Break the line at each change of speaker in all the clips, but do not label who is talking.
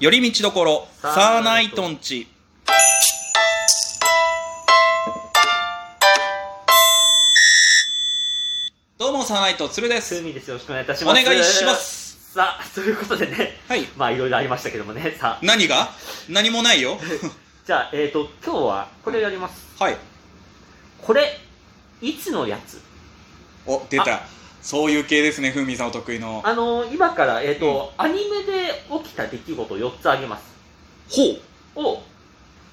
寄り道どころサーナイトンチどうもサーナイト鶴ですす
みですよろしくお願いいたし
お
ま
願
す
いします
さあということでね
はい
まあいろいろありましたけどもねさあ
何が何もないよ
じゃあえっ、ー、と今日はこれをやります
はい
これいつのやつ
お出たそういう系ですねふうみんさんお得意の
あのー今からえっ、と、アニメで起きた出来事を4つあげます
ほ
を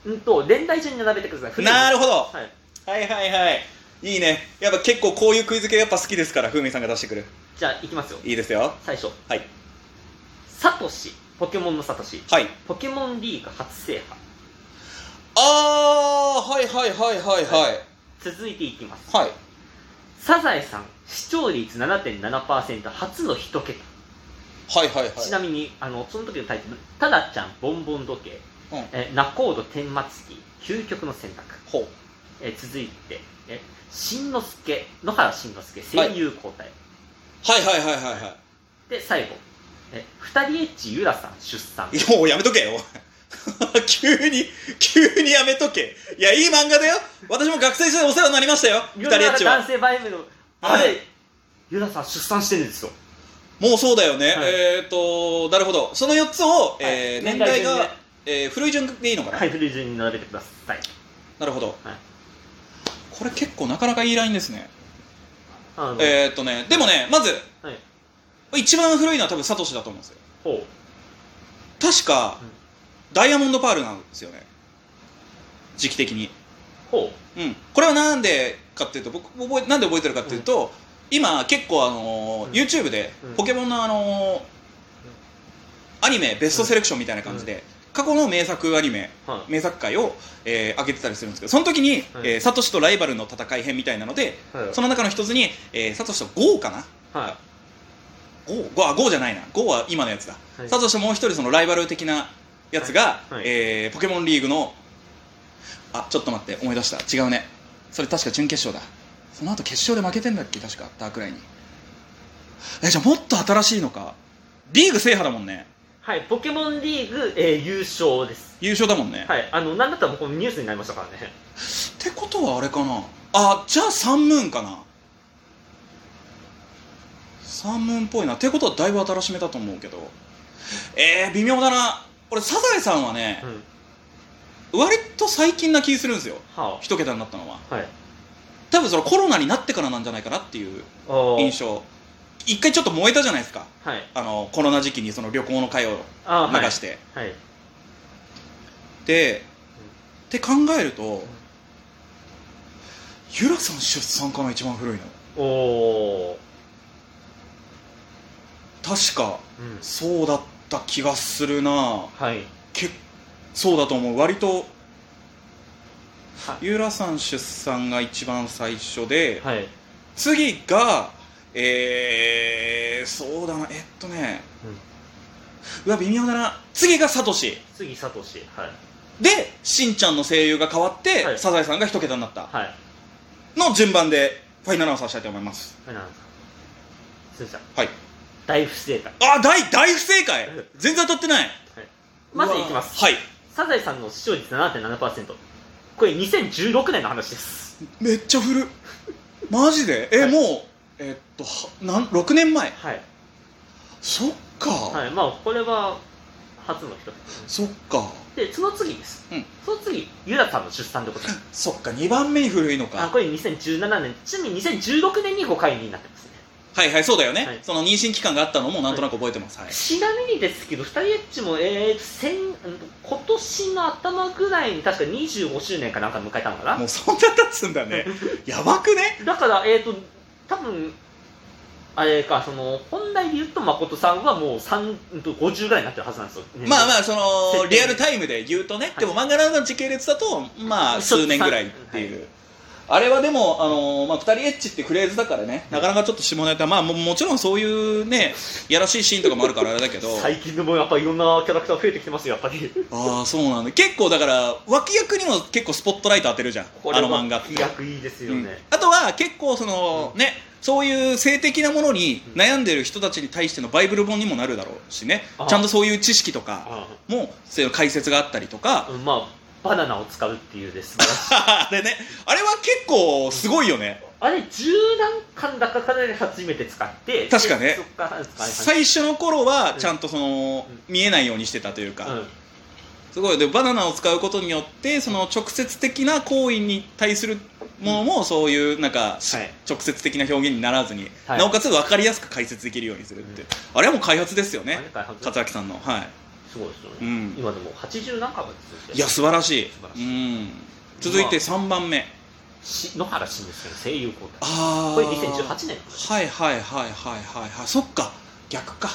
うんと連代順に並べてくださ
う
い
なるほど、
はい、
はい、はいはいいいねやっぱ結構こういうクイズ系やっぱ好きですからふうみんさんが出してくる
じゃあいきますよ
いいですよ
最初
はい
サトシポケモンのサトシ
はい
ポケモンリーグ初制覇
あーはいはいはいはいはい
続いていきます
はい
サザエさん視聴率7.7%初の1桁
はいはいはい
ちなみにあのその時のタイトル「タダちゃんボンボン時計」
うん
えナコード天末期究極の選択」
ほう
え続いてえしんのすけ野原しんのすけ声優交代、
はいはいはいはいは
で最後え二人エッチゆらさん出産
いもうやめとけよ 急に急にやめとけいやいい漫画だよ私も学生時代お世話になりましたよ二人エッチ
男
は
性バイブのあ
はい
れゆらさん出産してるんですよ
もうそうだよね、
はい
えっ、となるほどその4つを、えー
は
年
い
代
順
が
で、
えー古い順でいいのかな、
はい古い順に並べてください
なるほど、
はい
これ結構なかなかいいラインですね
あの、
えっ、とねでもねまず
はい
一番古いのは多分サトシだと思うんですよ
ほ
確か、
うん
ダイヤモンドパールなんですよね時期的に
うほ
うん、これはなんでかっていうと僕覚えなんで覚えてるかっていうと、今結構あのー
うん
YouTube で
うん
ポケモンのあのーアニメベストセレクションみたいな感じで、過去の名作アニメ
うはい
名作回を、えー上げてたりするんですけどその時に、
はい
えーサトシとライバルの戦い編みたいなので
はい
その中の一つに、えーサトシとゴーかな
は
ゴーゴーあゴーじゃないなゴーは今のやつだ、
いはい
サトシともう一人そのライバル的なやつが、
はいはい
えーポケモンリーグのあちょっと待って思い出した違うねそれ確か準決勝だその後決勝で負けてんだっけ確かダークラインにえじゃあもっと新しいのかリーグ制覇だもんね
はいポケモンリーグ、えー優勝です
優勝だもんね、
はい、あの、なんだったらもうこのニュースになりましたからね。
ってことはあれかなあじゃあサンムーンかなサンムーンっぽいなってことはだいぶ新しめだと思うけどえー、微妙だな俺サザエさんはね、
うん。
割と最近な気するんですよ
は
一桁になったのは
あ。はい。
多分そのコロナになってからなんじゃないかなっていう
あー
印。象一回ちょっと燃えたじゃないですか
はい。
あのコロナ時期にその旅行の会を
あー
流して、
はい。はい。
で、って考えるとゆらさん出産かな一番古いの
おお
確か
ー。うん。
そうだった気がするな
はい。
けそうだと思う割と
はい
ゆらさん出産が一番最初で、
はい。
次がえー、そうだなえっとね
う
う
ん。
わ微妙だな次がサトシ
次、サトシ。はい。
でしんちゃんの声優が変わって、
はい
サザエさんが一桁になった
はい。
の順番でファイナルアンサーしたいと思います
はい、なんですか。すずちゃん。
はい
大不正解。
あ大大不正解
うん
全然当たってない
まずいきます。
うわはい
サザエさんの視聴率7.7%。これ2016年の話です。
めっちゃ古っマジでえ、
はい
もうえっとはなん6年前
はい。
そっか、
はい。まあ、これは、初の人。
そっか
で、その次です。
うん
その次、ユラさんの出産ってことです。
そっか2番目に古いの
あ
か
これ2017年ちなみに2016年に5回になってますね
はいはいそうだよね、
はい
その妊娠期間があったのもなんとなく覚えてます、はい
ちなみにですけど2人エッチも、えー、先今年の頭ぐらいに確か25周年かなんか迎えたのかな
もうそんな経つんだ ねやばくね
だからえっ、ー、と多分あれかその本来で言うと誠さんはもう3うんと50ぐらいになってるはずなんですよ、
まあま
あ
あその
設定
リアルタイムで言うとね、
い
でも漫画などの時系列だとまあ
ちょっと
数年ぐらいっていう、あれはでも、あのーまあ、2人エッチってフレーズだからね、
は
な
い
かなかちょっと下ネタ、まあ、ももちろんそういうねやらしいシーンとかもあるからあれだけど
最近でもやっぱいろんなキャラクター増えてきてますよやっぱり
ああそうなんだ結構だから脇役にも結構スポットライト当てるじゃんあの漫画って
飛躍いいですよね、
うんあとは結構その、ねそういう性的なものに悩んでる人たちに対してのバイブル本にもなるだろうしね
あ
ちゃんとそういう知識とか
あ
もそういう解説があったりとか
うんまあバナナを使うっていうですね
あれねあれは結構すごいよね
あれ十何巻だかかなり初めて使って
確かね
でそっから使い始め
最初の頃はちゃんとその見えないようにしてたという
たう
か
ん
すごいでバナナを使うことによってその直接的な行為に対するものもそういうなんかし
はい
直接的な表現にならずに
はい
なおかつ分かりやすく解説できるようにするって
うん
あれはもう開発ですよね
あれ開発
勝明さんのはい
すごいですよね、
うん
今でも80何巻まで続いて
いや素晴らしい
素晴らし
うん続いて3番目
し野原慎之介の声優交代
ああ
これ2018年
はいはいはいはいはいはいそっか逆か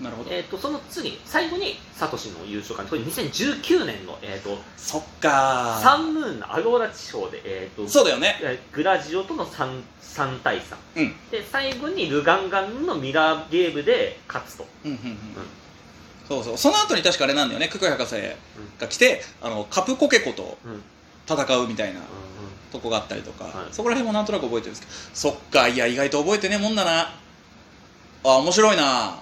なるほど
えー、とその次最後にサトシの優勝感これ2019年の、えー、と
そっか
サンムーンのアローラ地方で、えーと
そうだよね
えーグラジオとの 3, 三対3、
うん
で最後にルガンガンのミラーゲームで勝つと、
うんうんうんそうそうその後に確かあれなんだよね久保博士が来てあのカプコケコと
うんうんうん
戦うみたいなとこがあったりとか、
はい
そこら辺もなんとなく覚えてるんですけどそっかいや意外と覚えてねえもんだなあ面白いな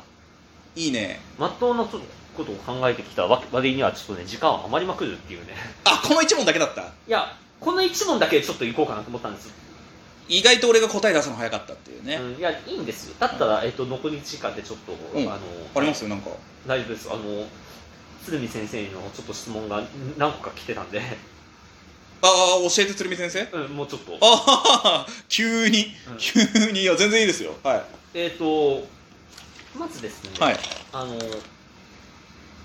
いいね
まっとうなちょっとことを考えてきたわ割にはちょっとね時間は余りまくるっていうね
あこの1問だけだった
いやこの1問だけでちょっといこうかなと思ったんですよ
意外と俺が答え出すの早かったっていうね、
うん、いや、いいんですよ。だったら、えっと、残り時間でちょっと、
ん
あの、
ありますよなんか
大丈夫です。あの、鶴見先生のちょっと質問が何個か来てたんで、
ああ教えて鶴見先生
うん、もうちょっと。
ああ急に
うん
急にいや全然いいですよはい
えっ、と、まずですね、
はい
あの、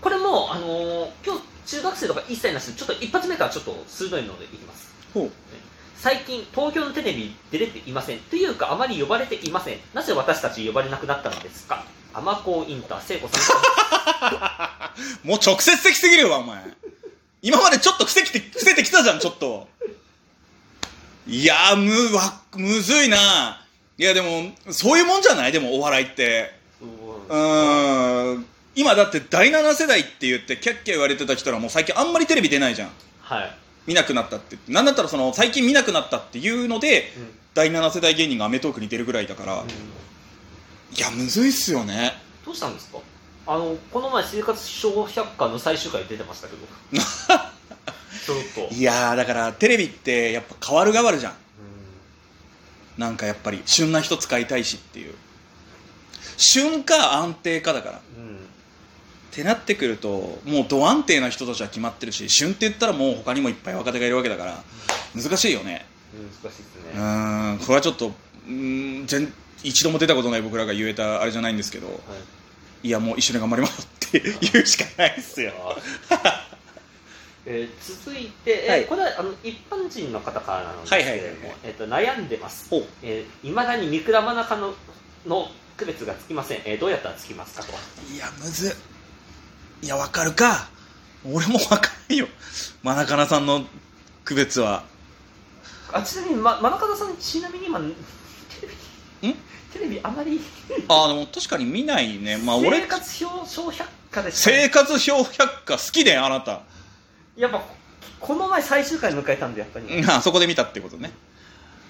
これも、あの、今日、中学生とか一切なしで、ちょっと一発目からちょっと鋭いのでいきます。
ほう
最近、東京のテレビに出れていません。というか、あまり呼ばれていません。なぜ私たち呼ばれなくなったのですかアマコインター、聖子さんから
もう直接的すぎるわお前今までちょっと伏せきて伏せてきたじゃんちょっといやーむわむずいないやでもそういうもんじゃないでもお笑いって うーん今だって第7世代って言ってキャッキャ言われてた人らもう最近あんまりテレビ出ないじゃん
はい。
見なくなったってなんだったらその最近見なくなったっていうので
うん
第7世代芸人が『アメトーーク』に出るぐらいだから、
うん
いやむずいっすよね
どうしたんですかあのこの前生活小百科の最終回出てましたけどちょっと
いやーだからテレビってやっぱ変わる変わるじゃんなんかやっぱり旬な人使いたいしっていう旬か安定かだからっ
うん、うん、
てなってくるともうど安定な人たちは決まってるし旬って言ったらもう他にもいっぱい若手がいるわけだから難しいよね
難しいです
う
ね、
ーんこれはちょっとうーん全一度も出たことない僕らが言えたあれじゃないんですけど
はい
いやもう一緒に頑張りましょうって言うしかないっすよ
えー続いて、えー
はい
これはあの一般人の方からなのです
は
け
いはい
れ
はい
ども、
はい
えーと悩んでます
ほう
えー未だに見比べなかのの区別がつきません、えーどうやったらつきますかと
いやむずいやわかるか俺もわかるよマナカナさんの区別は
あちなみに、ま、真中田さんちなみに今テレビ
ん
テレビあまり
あでも確かに見ないねまあ俺
生活表小百科でしか
生活表百科好きであなた
やっぱこの前最終回迎えたんでやっぱり、
うんあそこで見たってことね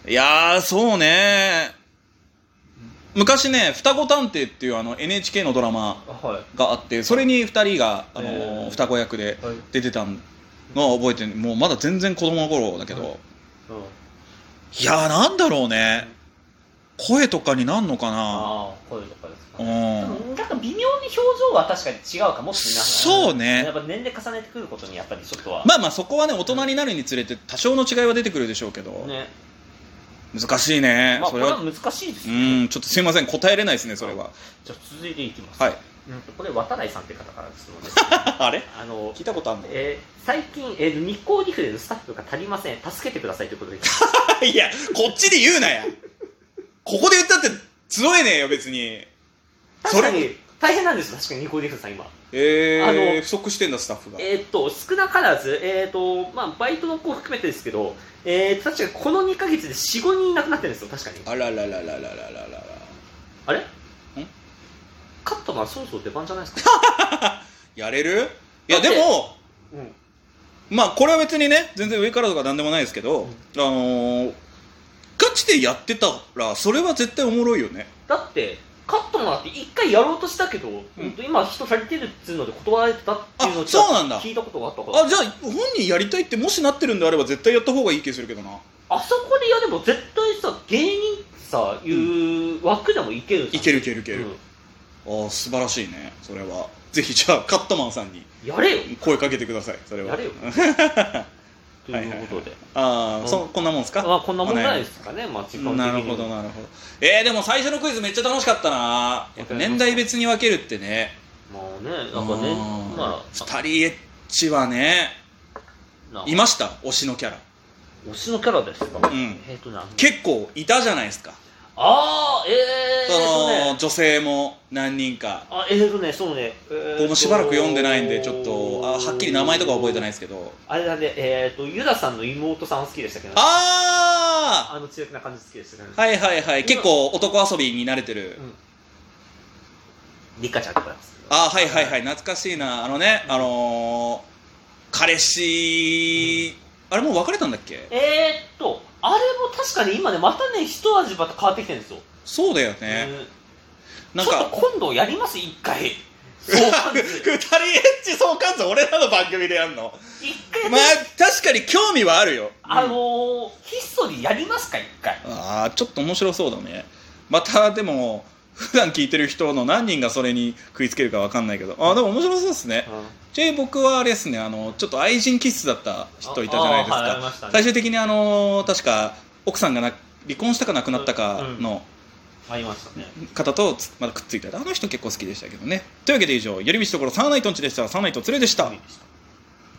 いやーそうね昔ね「双子探偵」っていうあの NHK のドラマ
あは
があってそれに2人が、あのー
えー
双子役で
いはい、
出てたのは覚えてるもうまだ全然子供の頃だけど、
はい
い、
うん、
やーなんだろうね声とかになんのかな
ああこういうとこですか、
うん
ねでもなんか微妙に表情は確かに違うかもしれない
そうね
やっぱ年齢重ねてくることにやっぱりちょっとは、
まあまあそこはね大人になるにつれて多少の違いは出てくるでしょうけど、
ね
難しいね、
まあ
そ
こ
れ
れ
は
は難しいです
う
よ
ん
ね
ちょっとすいません答えれないですねそれは
じゃあ続いていきます、
はい
うん、これ渡来さんって方からですの で
あれ
あの
聞いたことあんの
えー最近、えー日光リフレのスタッフが足りません助けてくださいということで
いやこっちで言うなやここで言ったって集えねえよ別にそ
確
れ
かに大変なんですよ確かに日光リフレさん今
え
あ
ー、
の
不足してんだスタッフが
えーっと少なからず、えーっとまあ、バイトの子を含めてですけど、えー、確かにこの2か月で45人いなくなってるんですよ確かに
あらららららららら
あれカットマンそろそろ出番じゃな いですか、
やれるいやで
だって
も
うん
まあこれは別にね全然上からとかなんでもないですけど、
うん
あのーカチでやってたらそれは絶対おもろいよね
だってカットもらって一回やろうとしたけど、うん今人足りてるっつうので断られてたっていうのを
あそうなんだ
聞いたことがあったから
あじゃあ本人やりたいってもしなってるんであれば絶対やった方がいい気するけどな
あそこでいやでも絶対さ芸人さいう枠でもいけるじゃん
いけるいけるいける、
うん
ああ素晴らしいねそれはぜひじゃあカットマンさんに
やれよ
声かけてくださいそ れは
やれよと
はいはい
いうことで、
あ
う
あ
ん
そこんなもんですか
まあこんな問題です かね、まあ、時間的に
なるほどなるほどえー、でも最初のクイズめっちゃ楽しかったなやっぱ年代別に分けるってね
まあねなんかね
うん
ま
二人エッチはね
あない
ました推しのキャラ
推しのキャラですか、
うん
えっ、とねあの
結構いたじゃないですか、
ああええ
そ
ー、と
の
ね
女性も何人か
あえー、とねそうね、えーと
僕もしばらく読んでないんでちょっとあはっきり名前とか覚えてないですけど
あれだねえっ、とユダさんの妹さんは好きでしたけど
ああ
あの強気な感じ好きでしたけど、
はいはいはい
今
結構男遊びに慣れてる、
い、リカちゃんでございます
ああはいはいはい懐かしいなあのねあのー、彼氏、あれもう別れたんだっけ
えー、っとあれも確かに今ねまたね一味また変わってきてるんですよ、
そうだよね、なん
ちょっ
か
と今度やります一回そうなんです
二人エッチ相関図俺らの番組でやんの
一回、
まあ確かに興味はあるよ、
あの
うん
ー、ひっそりやりますか一回
あーちょっと面白そうだねまたでも普段聞いてる人の何人がそれに食いつけるかわかんないけどあーでも面白そうですねじゃあ僕はあれですねあのちょっと愛人気質だった人いたじゃないですか、
ああーはいありましたね
最終的にあの確か奥さんがな離婚したか亡くなったかの
ありましたね
方とつまだくっついてあの人結構好きでしたけどねというわけで以上「寄り道所サーナイトンチ」でしたサーナイトツレでした、
いいでした